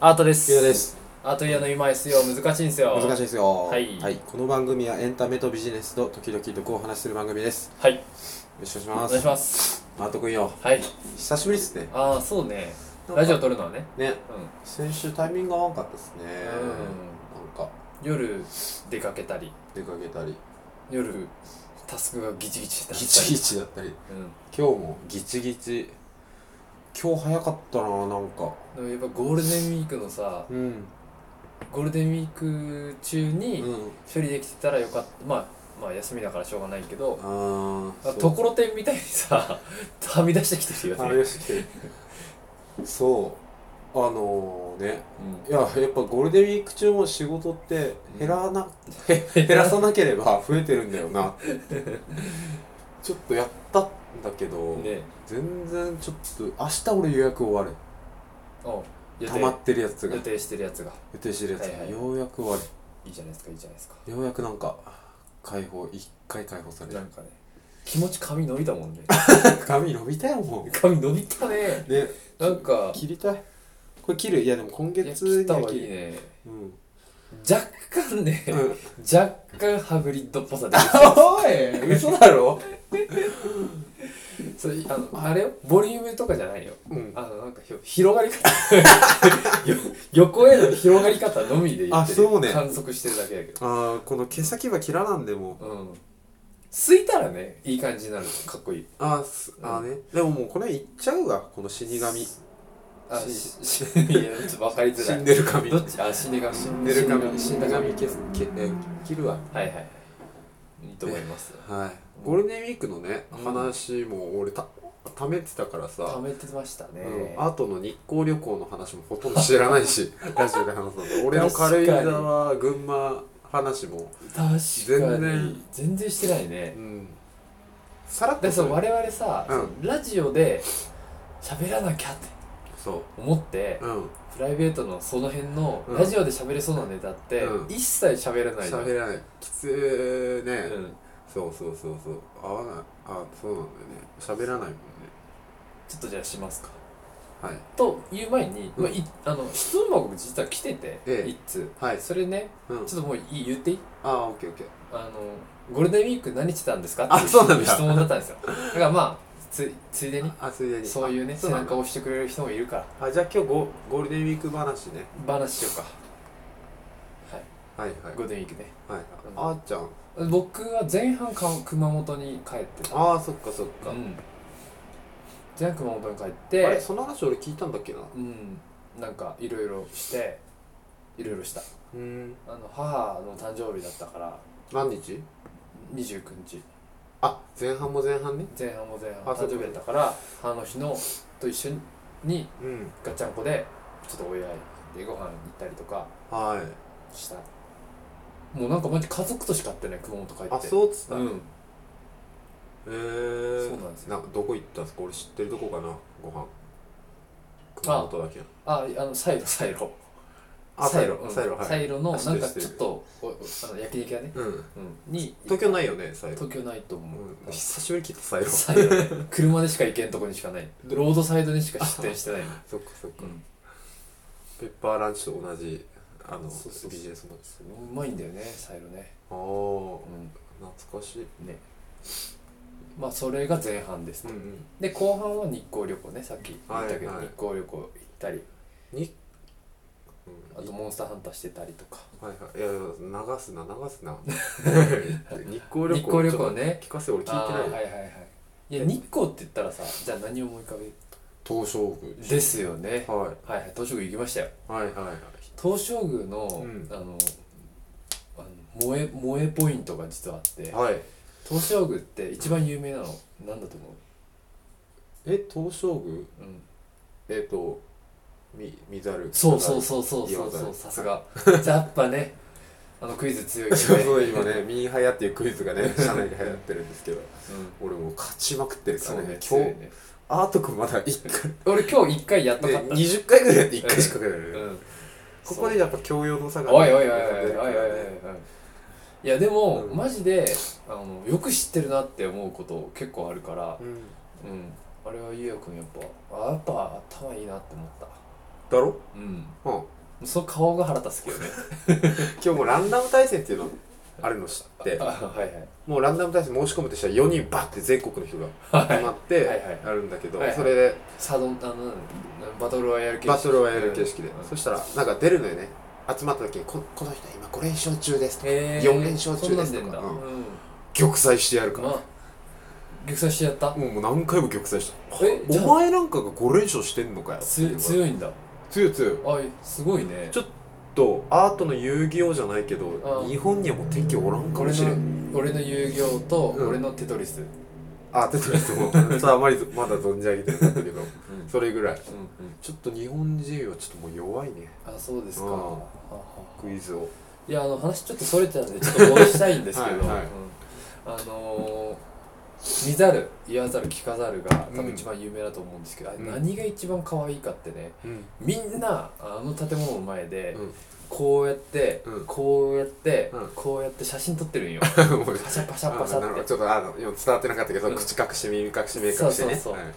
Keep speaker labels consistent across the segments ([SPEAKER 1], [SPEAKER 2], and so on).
[SPEAKER 1] アートです。
[SPEAKER 2] ゆうです
[SPEAKER 1] アートイヤの今ですよ。難しいんですよ。
[SPEAKER 2] 難しいですよ
[SPEAKER 1] はい
[SPEAKER 2] この番組はエンタメとビジネスと時々どこをお話しする番組ですよ
[SPEAKER 1] はい。
[SPEAKER 2] ろしくお
[SPEAKER 1] お
[SPEAKER 2] 願い
[SPEAKER 1] 願
[SPEAKER 2] しま
[SPEAKER 1] いし
[SPEAKER 2] す
[SPEAKER 1] ます。
[SPEAKER 2] マート君よ
[SPEAKER 1] はい。
[SPEAKER 2] 久しぶりっすね
[SPEAKER 1] ああ、そうね。
[SPEAKER 2] なんか
[SPEAKER 1] ラジオ撮るのはね。
[SPEAKER 2] ね
[SPEAKER 1] うん。
[SPEAKER 2] 先週タイミング合わんかったですね
[SPEAKER 1] うん
[SPEAKER 2] なんか
[SPEAKER 1] 夜出かけたり、
[SPEAKER 2] 出かけたり
[SPEAKER 1] 夜タスクがギチギチだっ
[SPEAKER 2] ギ
[SPEAKER 1] たり。
[SPEAKER 2] チギチだったり今日もギチギチ今日早かったななんか
[SPEAKER 1] うん。でもやっぱゴールデンウィークのさ、
[SPEAKER 2] うん
[SPEAKER 1] ゴールデンウィーク中
[SPEAKER 2] う
[SPEAKER 1] に
[SPEAKER 2] ん
[SPEAKER 1] 処理できてたらよかった。まあ、まあ休みだからしょうがないけど、
[SPEAKER 2] ああ
[SPEAKER 1] ところてんみたいにさ、 はみ出してきてるよ
[SPEAKER 2] あ
[SPEAKER 1] ね。
[SPEAKER 2] れしてきてるそうあのね
[SPEAKER 1] うん
[SPEAKER 2] いややっぱゴールデンウィーク中も仕事って減らな、 減らさなければ増えてるんだ よなってちょっとやったんだけど、
[SPEAKER 1] ね
[SPEAKER 2] 全然ちょっと明日俺予約終わる
[SPEAKER 1] お予
[SPEAKER 2] 溜まっ
[SPEAKER 1] 定
[SPEAKER 2] てるやつが
[SPEAKER 1] 予
[SPEAKER 2] 予
[SPEAKER 1] 定してるやつが。
[SPEAKER 2] 定してるやつが、
[SPEAKER 1] はいはい
[SPEAKER 2] ようやく終わ
[SPEAKER 1] いいじゃないですか、いいじゃないですか。
[SPEAKER 2] るようやくなんか解放一回解放され
[SPEAKER 1] な
[SPEAKER 2] る
[SPEAKER 1] んかね気持ち髪伸びたもんね
[SPEAKER 2] 髪伸びたよ も
[SPEAKER 1] 髪伸びたね
[SPEAKER 2] うね
[SPEAKER 1] なんか
[SPEAKER 2] 切りたいこれ切るいやでも今
[SPEAKER 1] いや
[SPEAKER 2] 月
[SPEAKER 1] 切っ
[SPEAKER 2] に
[SPEAKER 1] た
[SPEAKER 2] は
[SPEAKER 1] 方が
[SPEAKER 2] 切
[SPEAKER 1] いい
[SPEAKER 2] る
[SPEAKER 1] ね
[SPEAKER 2] うん、
[SPEAKER 1] 若干ね、
[SPEAKER 2] うん、
[SPEAKER 1] 若干ハグリッドっぽさで
[SPEAKER 2] おい 嘘だろ
[SPEAKER 1] それあのあれよボリュームとかじゃないよ
[SPEAKER 2] うん
[SPEAKER 1] あのなんかひょ広がり方 よ横への広がり方のみで言ってる
[SPEAKER 2] あそうね
[SPEAKER 1] 観測してるだけだけど
[SPEAKER 2] ああこの毛先は切らなんでもう
[SPEAKER 1] うんすいたらねいい感じになるかっこいい
[SPEAKER 2] あすあね、でももうこれいっちゃうわこの死神
[SPEAKER 1] あ
[SPEAKER 2] し
[SPEAKER 1] ししいやちょっと分かりづ
[SPEAKER 2] 死
[SPEAKER 1] ら
[SPEAKER 2] ん
[SPEAKER 1] い
[SPEAKER 2] でる神
[SPEAKER 1] どっちあ死神死
[SPEAKER 2] 死んでる神
[SPEAKER 1] 死
[SPEAKER 2] 死
[SPEAKER 1] ん
[SPEAKER 2] ん
[SPEAKER 1] だ
[SPEAKER 2] だ
[SPEAKER 1] 神
[SPEAKER 2] 神
[SPEAKER 1] はい
[SPEAKER 2] けけえ切るわ
[SPEAKER 1] はいはいいいと思います
[SPEAKER 2] はいゴールデンウィークのね
[SPEAKER 1] うん
[SPEAKER 2] 話も俺た貯めてたから
[SPEAKER 1] 溜
[SPEAKER 2] さ
[SPEAKER 1] めてましたね、
[SPEAKER 2] うん、あとの日光旅行の話もほとんど知らな いしラジオで話すので俺の軽井沢群馬話も、
[SPEAKER 1] 確かに全
[SPEAKER 2] 全
[SPEAKER 1] 然
[SPEAKER 2] 然
[SPEAKER 1] してないね
[SPEAKER 2] うん、さらっ
[SPEAKER 1] で
[SPEAKER 2] と
[SPEAKER 1] そう我々さ、
[SPEAKER 2] うん
[SPEAKER 1] そのラジオで喋らなきゃって
[SPEAKER 2] そ
[SPEAKER 1] 思って、
[SPEAKER 2] ううん
[SPEAKER 1] プライベートのその辺の
[SPEAKER 2] うん
[SPEAKER 1] ラジオで喋れそうなネタって、
[SPEAKER 2] うん
[SPEAKER 1] 一切喋らないじゃん
[SPEAKER 2] 喋らないきつーね、
[SPEAKER 1] うん、
[SPEAKER 2] そうそうそうそう合わないあそうなんだよね喋らないもんね
[SPEAKER 1] ちょっとじゃあしますか
[SPEAKER 2] はい
[SPEAKER 1] という前に、
[SPEAKER 2] うん
[SPEAKER 1] まあ、いあの質問箱実は来てて、
[SPEAKER 2] ええ
[SPEAKER 1] 一通
[SPEAKER 2] はい
[SPEAKER 1] それね
[SPEAKER 2] うん
[SPEAKER 1] ちょっともういい言っていい
[SPEAKER 2] ああオッケーオッケー
[SPEAKER 1] あのゴールデンウィーク何してたんですか
[SPEAKER 2] あ
[SPEAKER 1] ってい
[SPEAKER 2] そうなんだ
[SPEAKER 1] 質問だったんですよだからまあついついでに
[SPEAKER 2] あついでに
[SPEAKER 1] そういうね
[SPEAKER 2] あ
[SPEAKER 1] 背
[SPEAKER 2] そうなんだ
[SPEAKER 1] 中を押してくれる人もいるから
[SPEAKER 2] あじゃあ今日ゴゴールデンウィーク話ね
[SPEAKER 1] 話しようかはい
[SPEAKER 2] はいはい
[SPEAKER 1] ゴールデンウィークね
[SPEAKER 2] はいあーちゃん
[SPEAKER 1] 僕は前半か熊本に帰ってた
[SPEAKER 2] ああそっかそっか、
[SPEAKER 1] うん前半熊本に帰っ
[SPEAKER 2] あれ
[SPEAKER 1] て
[SPEAKER 2] その話俺聞いたんだっけな
[SPEAKER 1] うんなんかいろいろしていろいろした
[SPEAKER 2] うん
[SPEAKER 1] あの母の誕生日だったから
[SPEAKER 2] 何日
[SPEAKER 1] 29日
[SPEAKER 2] あ前半も前半ね
[SPEAKER 1] 前半も前半
[SPEAKER 2] あそ
[SPEAKER 1] 誕
[SPEAKER 2] うか
[SPEAKER 1] 生日だったから母の日のと一緒に
[SPEAKER 2] うん
[SPEAKER 1] ガチャンコでちょっとお祝いでご飯行ったりとか
[SPEAKER 2] はい
[SPEAKER 1] したもうなんかマジ家族としか会ってない熊本帰って
[SPEAKER 2] あそうっつった、
[SPEAKER 1] う
[SPEAKER 2] へ
[SPEAKER 1] ん
[SPEAKER 2] えー、
[SPEAKER 1] そうなんですよ
[SPEAKER 2] なんかどこ行ったんすか俺知ってるとこかなご飯熊本だけ
[SPEAKER 1] あ、あの、サイロ、サイロ。
[SPEAKER 2] あ
[SPEAKER 1] サ
[SPEAKER 2] サ
[SPEAKER 1] イ
[SPEAKER 2] イ
[SPEAKER 1] ロ
[SPEAKER 2] ロ、
[SPEAKER 1] うん
[SPEAKER 2] サイロはい
[SPEAKER 1] サイロの、
[SPEAKER 2] あ知っ
[SPEAKER 1] なん
[SPEAKER 2] て
[SPEAKER 1] か
[SPEAKER 2] る知ってる
[SPEAKER 1] ちょっと、おおあの焼肉屋ね。
[SPEAKER 2] うん
[SPEAKER 1] うん。に、
[SPEAKER 2] 東京ないよねサイロ
[SPEAKER 1] 東京ないと思う。
[SPEAKER 2] うん久しぶりに聞いたサイロ
[SPEAKER 1] サイロね。車でしか行けんとこにしかない。ロードサイドにしか出店してないの。
[SPEAKER 2] そっかそっか、
[SPEAKER 1] うん
[SPEAKER 2] ペッパーランチと同じあの
[SPEAKER 1] そうそうそう
[SPEAKER 2] ビジネスマンです
[SPEAKER 1] うまいんだよね、サイロね。
[SPEAKER 2] ああ
[SPEAKER 1] う
[SPEAKER 2] 懐かしい
[SPEAKER 1] ん。ね。まあ、それが前半です
[SPEAKER 2] う
[SPEAKER 1] ね。
[SPEAKER 2] んうん
[SPEAKER 1] で、後半は日光旅行ね、さっき言ったけど、
[SPEAKER 2] はいはい
[SPEAKER 1] 日光旅行行ったり、
[SPEAKER 2] に、
[SPEAKER 1] あとモンスターハンターしてたりとか。
[SPEAKER 2] はいはいいや流すな流 すな日光
[SPEAKER 1] 日
[SPEAKER 2] 旅行
[SPEAKER 1] 光旅行ね
[SPEAKER 2] ちょっと聞かせて俺聞いてない
[SPEAKER 1] あーはいはいはい。いや、日光って言ったらさ、じゃあ何を思い浮かべる
[SPEAKER 2] 東照宮
[SPEAKER 1] ですよね。
[SPEAKER 2] はい
[SPEAKER 1] はいはい、東照宮行きましたよ
[SPEAKER 2] はいはいはい
[SPEAKER 1] 東照宮の,、
[SPEAKER 2] うん
[SPEAKER 1] あのあの萌え萌えポイントが実はあって
[SPEAKER 2] はい
[SPEAKER 1] 東照宮って一番有名なのなんだと思
[SPEAKER 2] え東照宮
[SPEAKER 1] う、うん、
[SPEAKER 2] えっ、とみ見ざる
[SPEAKER 1] そうそうそうそうそうそうさすがやっぱねあのクイズ強いよ ね
[SPEAKER 2] そうそう今ね「 ミーハヤ」っていうクイズがね 社内で流行ってるんですけど
[SPEAKER 1] う
[SPEAKER 2] 俺もう勝ちまくって
[SPEAKER 1] ん、
[SPEAKER 2] るか
[SPEAKER 1] そう
[SPEAKER 2] ら
[SPEAKER 1] ね
[SPEAKER 2] ね
[SPEAKER 1] 強
[SPEAKER 2] 今
[SPEAKER 1] い
[SPEAKER 2] 日
[SPEAKER 1] ね
[SPEAKER 2] アートくんまだ一回
[SPEAKER 1] 俺今日一回やっと
[SPEAKER 2] で
[SPEAKER 1] 勝った、
[SPEAKER 2] 20回ぐらいやって1回しかかけない、
[SPEAKER 1] うん、
[SPEAKER 2] ここでやっぱ教養の差が
[SPEAKER 1] おいおいおいおいおいおい
[SPEAKER 2] 出てくる
[SPEAKER 1] おいおい
[SPEAKER 2] からね
[SPEAKER 1] いやでも、
[SPEAKER 2] うん
[SPEAKER 1] マジであのよく知ってるなって思うこと結構あるから
[SPEAKER 2] うん
[SPEAKER 1] うん、あれはゆうやくんやっぱあやっぱ頭いいなって思った
[SPEAKER 2] だろ、
[SPEAKER 1] うん
[SPEAKER 2] うん、
[SPEAKER 1] その顔が腹立つけどね
[SPEAKER 2] 今日もランダム対戦っていうのあるの知って
[SPEAKER 1] あはいはい
[SPEAKER 2] もうランダム対戦申し込むとしたら4人バッて全国の人が
[SPEAKER 1] はい
[SPEAKER 2] 集まって
[SPEAKER 1] はいはい
[SPEAKER 2] やるんだけど、
[SPEAKER 1] はいはい
[SPEAKER 2] それで
[SPEAKER 1] サドンあのバトルはやる形式
[SPEAKER 2] バトルをやる形式で、
[SPEAKER 1] うん
[SPEAKER 2] そしたらなんか出るのよね集まった時にここの人今5連勝中ですとか
[SPEAKER 1] へー
[SPEAKER 2] 四連勝中です
[SPEAKER 1] そ
[SPEAKER 2] とか
[SPEAKER 1] んなん出んだ
[SPEAKER 2] う玉砕してやる
[SPEAKER 1] う
[SPEAKER 2] か
[SPEAKER 1] ん
[SPEAKER 2] ら、
[SPEAKER 1] まあ逆算してやった
[SPEAKER 2] もうもう何回も玉砕した
[SPEAKER 1] えじゃあ
[SPEAKER 2] お前なんかが5連勝してんのかよ
[SPEAKER 1] つ
[SPEAKER 2] っていう
[SPEAKER 1] 強いんだ
[SPEAKER 2] 強い強い
[SPEAKER 1] あすごいね
[SPEAKER 2] ちょっとアートの遊戯王じゃないけど
[SPEAKER 1] うん
[SPEAKER 2] 日本にはもう敵おらんかも
[SPEAKER 1] 俺
[SPEAKER 2] しれん
[SPEAKER 1] の俺の遊戯王と
[SPEAKER 2] うん
[SPEAKER 1] 俺のテトリス
[SPEAKER 2] あ出てると思うちょっとあまりまだ存じ上げてなかったけど
[SPEAKER 1] うん
[SPEAKER 2] それぐらい
[SPEAKER 1] うんうん
[SPEAKER 2] ちょっと日本人はちょっともう弱いね
[SPEAKER 1] あそうですか
[SPEAKER 2] うん
[SPEAKER 1] はははい
[SPEAKER 2] クイズを
[SPEAKER 1] いやあの話ちょっとそれてたんでちょっと戻したいんですけど
[SPEAKER 2] はいはい
[SPEAKER 1] うんあのー見ざる言わざる聞かざるが多
[SPEAKER 2] う
[SPEAKER 1] 分
[SPEAKER 2] ん
[SPEAKER 1] 一番有名だと思うんですけど、あれ
[SPEAKER 2] うん
[SPEAKER 1] 何が一番可愛いかってね
[SPEAKER 2] うん
[SPEAKER 1] みんなあの建物の前で、
[SPEAKER 2] うん
[SPEAKER 1] こうやって、
[SPEAKER 2] うん
[SPEAKER 1] こうやって、
[SPEAKER 2] うん
[SPEAKER 1] こうやって写真撮って るんよ
[SPEAKER 2] もう
[SPEAKER 1] パシャパシ
[SPEAKER 2] あ
[SPEAKER 1] ャパシ
[SPEAKER 2] なるほ
[SPEAKER 1] ャっ
[SPEAKER 2] ど
[SPEAKER 1] て
[SPEAKER 2] ちょっとあの伝わってなかったけど、
[SPEAKER 1] うん
[SPEAKER 2] 口隠して耳隠して目隠して
[SPEAKER 1] そう
[SPEAKER 2] ね
[SPEAKER 1] そうそう
[SPEAKER 2] はいはい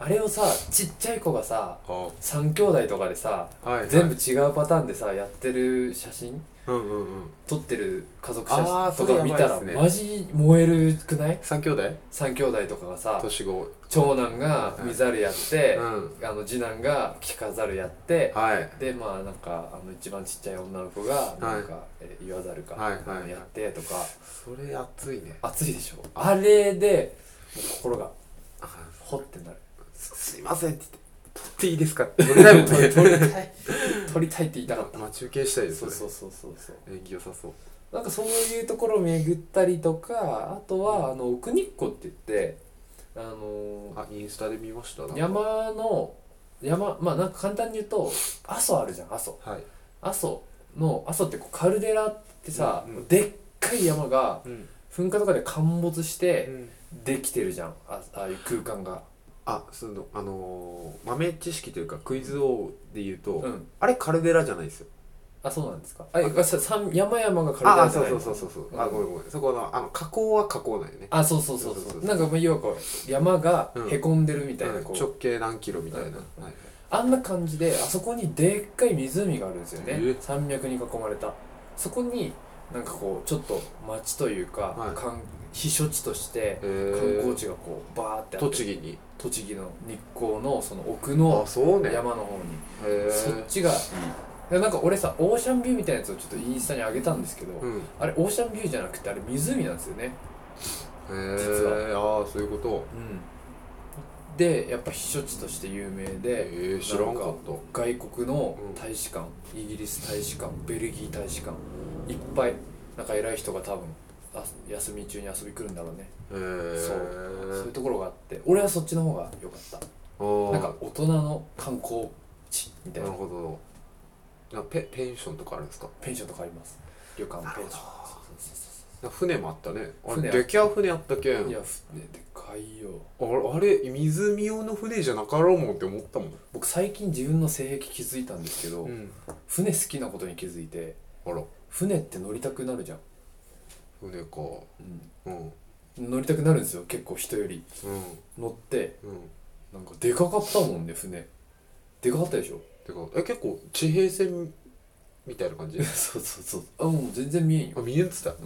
[SPEAKER 1] あれをさちっちゃい子がさ
[SPEAKER 2] あは
[SPEAKER 1] 3兄弟とかでさ
[SPEAKER 2] いはい
[SPEAKER 1] 全部違うパターンでさやってる写真
[SPEAKER 2] うんうんうん
[SPEAKER 1] 撮ってる家族
[SPEAKER 2] あ
[SPEAKER 1] 写
[SPEAKER 2] ー
[SPEAKER 1] 真
[SPEAKER 2] そ
[SPEAKER 1] と
[SPEAKER 2] れ
[SPEAKER 1] か
[SPEAKER 2] やばい
[SPEAKER 1] 見
[SPEAKER 2] った
[SPEAKER 1] ら、
[SPEAKER 2] すね
[SPEAKER 1] マジ燃えるくない
[SPEAKER 2] 三兄弟
[SPEAKER 1] ?3 兄弟とかがさ
[SPEAKER 2] 年子
[SPEAKER 1] 長男が見ざるやって
[SPEAKER 2] う、ん
[SPEAKER 1] あの次男が着飾るやって、
[SPEAKER 2] はい
[SPEAKER 1] でまあなんかあの一番ちっちゃい女の子がなんか、え言わざるか、
[SPEAKER 2] はいはいはい
[SPEAKER 1] やってとか
[SPEAKER 2] それ熱いね
[SPEAKER 1] 熱いでしょあれでもう心が
[SPEAKER 2] あ
[SPEAKER 1] ほって なる
[SPEAKER 2] すすいませんって言って撮っていい ですかって撮れないもんね
[SPEAKER 1] 撮りたい撮りたいって言いたかった
[SPEAKER 2] まあ中継したいです
[SPEAKER 1] そう
[SPEAKER 2] ね
[SPEAKER 1] そうそうそうそう
[SPEAKER 2] 演技良さそう
[SPEAKER 1] なんかそういうところを巡ったりとかあとはあの奥日光って言ってあの
[SPEAKER 2] あインスタで見ました
[SPEAKER 1] 山の山まあなんか簡単に言うと阿蘇あるじゃん阿蘇
[SPEAKER 2] はい
[SPEAKER 1] 阿蘇の阿蘇ってこうカルデラってさ、
[SPEAKER 2] うんうん
[SPEAKER 1] でっかい山が
[SPEAKER 2] うん、
[SPEAKER 1] 噴火とかで陥没してできてるじゃんあああいう空間が
[SPEAKER 2] あそのあのー豆知識というかクイズ王で言うと、
[SPEAKER 1] うん
[SPEAKER 2] あれカルデラじゃないですよ
[SPEAKER 1] あそうなんですかああさ山山々がカルデ
[SPEAKER 2] あ
[SPEAKER 1] ラ
[SPEAKER 2] あ
[SPEAKER 1] じ
[SPEAKER 2] そ
[SPEAKER 1] ゃ
[SPEAKER 2] う
[SPEAKER 1] ない
[SPEAKER 2] そ
[SPEAKER 1] の
[SPEAKER 2] うそうそうそう、
[SPEAKER 1] うん
[SPEAKER 2] あごめんごめんそこのあの加工は加工なんよね
[SPEAKER 1] あそうそうそうそう
[SPEAKER 2] そうそうそう
[SPEAKER 1] なんかまあ要はこう山がへこんでるみたいな、
[SPEAKER 2] うん
[SPEAKER 1] こう
[SPEAKER 2] 直径何キロみたいな、
[SPEAKER 1] うんうんうん
[SPEAKER 2] はい
[SPEAKER 1] あんな感じであそこにでっかい湖があるんですよね、
[SPEAKER 2] え
[SPEAKER 1] 山脈に囲まれたそこになんかこうちょっと町というか,、
[SPEAKER 2] はい
[SPEAKER 1] かん避暑地として
[SPEAKER 2] え
[SPEAKER 1] 観
[SPEAKER 2] ー
[SPEAKER 1] 光地がこうバーってあって
[SPEAKER 2] 栃木に
[SPEAKER 1] 栃木の日光のその奥
[SPEAKER 2] あ
[SPEAKER 1] の
[SPEAKER 2] そうね
[SPEAKER 1] 山の方
[SPEAKER 2] へ
[SPEAKER 1] にそっ
[SPEAKER 2] ー
[SPEAKER 1] ちがいいでなんか俺さオーシャンビューみたいなやつをちょっとインスタに上げたんですけど、
[SPEAKER 2] うんへ
[SPEAKER 1] あれオーシャンビューじゃなくてあれ湖なんですよね実
[SPEAKER 2] えああそういうこと
[SPEAKER 1] うんでやっぱ避暑地として有名で、
[SPEAKER 2] えー、知らんかった
[SPEAKER 1] 外国の
[SPEAKER 2] うん
[SPEAKER 1] 大使館、イギリス大使館ベルギー大使館いっぱいなんか偉い人が多分あ休み中に遊び来るんだろうね、
[SPEAKER 2] へえ
[SPEAKER 1] そうそういうところがあって俺はそっちの方が良かった
[SPEAKER 2] ああ
[SPEAKER 1] なんか大人の観光地みたい
[SPEAKER 2] な
[SPEAKER 1] な
[SPEAKER 2] るほどなんかペペンションとかあるんですか
[SPEAKER 1] ペンションとかあります旅館ペンションそうそう
[SPEAKER 2] なんか船もあったねあ
[SPEAKER 1] 船
[SPEAKER 2] れ
[SPEAKER 1] ある
[SPEAKER 2] できあ船あったけん
[SPEAKER 1] そうそうい
[SPEAKER 2] あ
[SPEAKER 1] や船でかいよ
[SPEAKER 2] れあれ湖用の船じゃなかろうもんって思ったもん
[SPEAKER 1] 僕最近自分の性癖気づいたんですけど、
[SPEAKER 2] うん
[SPEAKER 1] 船好きなことに気づいて
[SPEAKER 2] あら
[SPEAKER 1] 船って乗りたくなるじゃん、
[SPEAKER 2] 船かうん
[SPEAKER 1] うん、乗りたくなるんですよ結構人より
[SPEAKER 2] うん
[SPEAKER 1] 乗って
[SPEAKER 2] う
[SPEAKER 1] な
[SPEAKER 2] ん
[SPEAKER 1] んかでかかったもんね船でかかったでし ょ
[SPEAKER 2] てかえ結構地平線みたいな感 じ
[SPEAKER 1] そうそうそうあもう全然見えんよ
[SPEAKER 2] あ見えてた
[SPEAKER 1] うん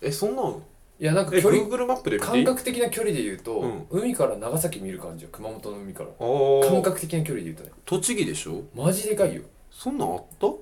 [SPEAKER 2] えそんなん
[SPEAKER 1] いやなん
[SPEAKER 2] え
[SPEAKER 1] か距離
[SPEAKER 2] Google マップで見てい
[SPEAKER 1] 感
[SPEAKER 2] い
[SPEAKER 1] 覚的な距離で言うと、
[SPEAKER 2] うん
[SPEAKER 1] 海から長崎見る感じよ熊本の海から
[SPEAKER 2] あー
[SPEAKER 1] 感覚的な距離で言うとね
[SPEAKER 2] 栃木でしょ
[SPEAKER 1] マジでかいよ
[SPEAKER 2] そんなんあった
[SPEAKER 1] うん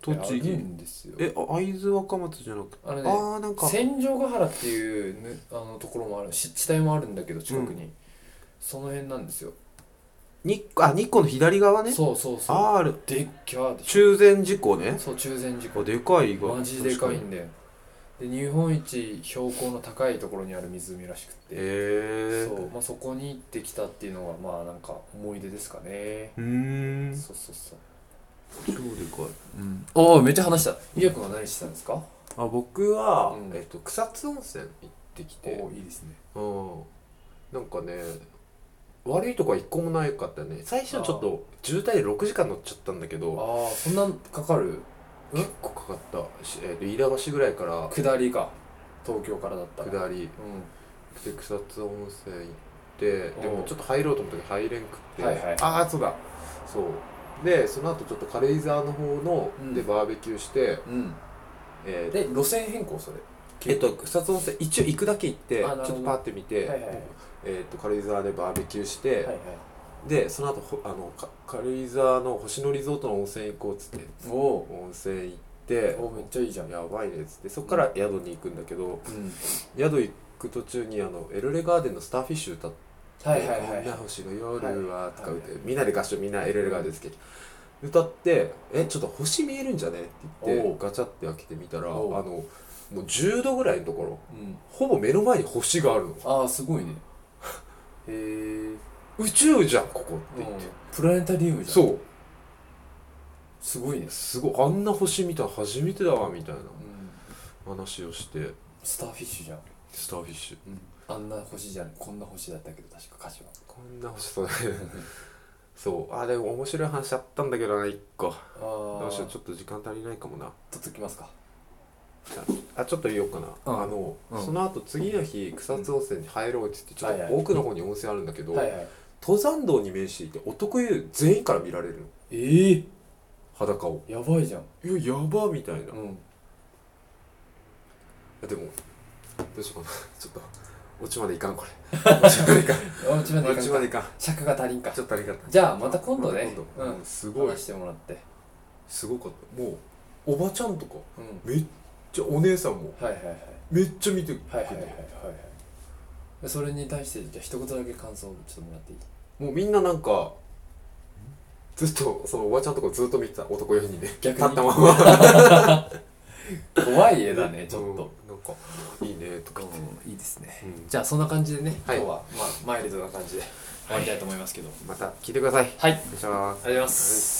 [SPEAKER 2] 栃
[SPEAKER 1] いやある
[SPEAKER 2] 木
[SPEAKER 1] んですよ
[SPEAKER 2] えあ会津若松じゃなくて
[SPEAKER 1] あのね
[SPEAKER 2] ああなんか
[SPEAKER 1] 戦場ヶ原っていうね、あのところもあるし地帯もあるんだけど近くに、その辺なんですよ
[SPEAKER 2] 日あ日光の左側ね
[SPEAKER 1] そうそうそう
[SPEAKER 2] あーある
[SPEAKER 1] でっきゃーでし
[SPEAKER 2] 中禅寺湖ね
[SPEAKER 1] ょそう中禅寺湖
[SPEAKER 2] あでかい意外
[SPEAKER 1] マジでかいんだよで日本一標高の高いところにある湖らしくて、
[SPEAKER 2] へえ
[SPEAKER 1] そううまあ、そこに行ってきたっていうのがまあなんか思い出ですかね、
[SPEAKER 2] ーん
[SPEAKER 1] そうそうそう、
[SPEAKER 2] 超でかい
[SPEAKER 1] うん、ああめっちゃ話したゆうやくんは何してたんですか
[SPEAKER 2] あ僕
[SPEAKER 1] う
[SPEAKER 2] は、
[SPEAKER 1] ん
[SPEAKER 2] えっと、草津温泉行ってきて
[SPEAKER 1] いいですね
[SPEAKER 2] うんなんかね悪いとこは一個もないかったね最初ちょっと渋滞で6時間乗っちゃったんだけど
[SPEAKER 1] ああそんなんかかるうん
[SPEAKER 2] 結構かかったし、えっと、飯田橋ぐらいから
[SPEAKER 1] 下りか東京からだったら
[SPEAKER 2] 下りで草津温泉行ってでもちょっと入ろうと思ったけど入れんくって、
[SPEAKER 1] はいはい
[SPEAKER 2] ああそうだそうでその後ちょっと軽井沢の方の、
[SPEAKER 3] うん
[SPEAKER 2] でバーベキューして、
[SPEAKER 3] うん
[SPEAKER 2] えー
[SPEAKER 3] で路線変更それ
[SPEAKER 2] えっと、草津温泉一応行くだけ行ってちょ
[SPEAKER 1] あ
[SPEAKER 2] っ
[SPEAKER 1] なるほ
[SPEAKER 2] と
[SPEAKER 1] ど
[SPEAKER 2] パーって見て、
[SPEAKER 1] はいはいはい
[SPEAKER 2] えっと軽井沢でバーベキューして、
[SPEAKER 1] はいはい
[SPEAKER 2] でその後ほあのか軽井沢の星野リゾートの温泉行こうっつって
[SPEAKER 3] おお
[SPEAKER 2] 温泉行って
[SPEAKER 1] おめっちゃいいじゃん
[SPEAKER 2] やばいねっつってそっから宿に行くんだけど
[SPEAKER 3] ーうん
[SPEAKER 2] 宿行く途中にあのエルレガーデンのスターフィッシュ歌って
[SPEAKER 1] はいはいはい
[SPEAKER 2] 女星の夜は」とか歌って、
[SPEAKER 1] はい
[SPEAKER 2] みんなで合唱みんなエルレガーデン好き歌って「えちょっと星見えるんじゃね?」って言
[SPEAKER 1] お
[SPEAKER 2] っ
[SPEAKER 1] う
[SPEAKER 2] てガチャって開けてみたらあの
[SPEAKER 1] おう
[SPEAKER 2] もう10度ぐらいのところ
[SPEAKER 3] うん
[SPEAKER 2] ほぼ目の前に星があるの
[SPEAKER 3] ああすごいね
[SPEAKER 1] へえ
[SPEAKER 2] 宇宙じゃんここって言って、
[SPEAKER 3] プラネタリウムじゃん
[SPEAKER 2] そう
[SPEAKER 3] すごいです
[SPEAKER 2] すごいあんな星見たの初めてだわみたいな
[SPEAKER 3] うん
[SPEAKER 2] 話をして
[SPEAKER 3] スターフィッシュじゃん
[SPEAKER 2] スターフィッシュ
[SPEAKER 3] あんな星じゃんこんな星だったけど確か歌詞は
[SPEAKER 2] こんな星そうねそうあでも面白い話あったんだけどな1個
[SPEAKER 3] あ
[SPEAKER 2] ど
[SPEAKER 3] あ
[SPEAKER 2] うし
[SPEAKER 3] ち
[SPEAKER 2] よ
[SPEAKER 3] ょ
[SPEAKER 2] う
[SPEAKER 3] っ
[SPEAKER 2] ちょっと時間足りないかもな
[SPEAKER 3] と続きますか
[SPEAKER 2] あちょっと言おうかな、
[SPEAKER 3] うん
[SPEAKER 2] あの、
[SPEAKER 3] うん
[SPEAKER 2] その後次の日草津温泉に入ろうって言ってちょっ
[SPEAKER 1] はいは
[SPEAKER 2] と
[SPEAKER 1] い
[SPEAKER 2] 奥の方に温泉あるんだけど、
[SPEAKER 1] はいはい
[SPEAKER 2] 登山道に面していて男湯全員から見られるの
[SPEAKER 1] ええ
[SPEAKER 2] 裸を
[SPEAKER 1] やばいじゃん
[SPEAKER 2] いややばみたいな、い
[SPEAKER 1] うん
[SPEAKER 2] やでもどうしようかなちょっと落ちまでいかんこれ落ちまでいか ん
[SPEAKER 1] あちまでいか
[SPEAKER 2] 落
[SPEAKER 1] ん
[SPEAKER 2] ち
[SPEAKER 1] か
[SPEAKER 2] までいかん
[SPEAKER 1] 尺が足りんか
[SPEAKER 2] ちょっとありがたい
[SPEAKER 1] じゃあまた今度ね
[SPEAKER 2] また今度
[SPEAKER 1] うん
[SPEAKER 2] すごい
[SPEAKER 1] 話してもらって
[SPEAKER 2] すごかったもうおばちゃんとか
[SPEAKER 1] うん
[SPEAKER 2] めっちゃお姉さんも
[SPEAKER 1] はいはいはい
[SPEAKER 2] めっちゃ見てくる、
[SPEAKER 1] はいはいはいはいはいそれに対してじゃあ一言だけ感想をちょっともらっていい
[SPEAKER 2] もうみんななんかずっとそのおばちゃんとかずっと見てた男4人で
[SPEAKER 1] 逆に
[SPEAKER 2] 立ったまま
[SPEAKER 1] 怖い絵だねちょっと、
[SPEAKER 2] うんなんかいいねとかって、
[SPEAKER 1] いいですね
[SPEAKER 2] うん
[SPEAKER 1] じゃあそんな感じでね、
[SPEAKER 2] はい
[SPEAKER 1] 今日は、まあ、マイルドな感じで終わりたいと思いますけど
[SPEAKER 2] また聞いてください
[SPEAKER 1] はい、ありがとう
[SPEAKER 2] お願いします
[SPEAKER 1] ございます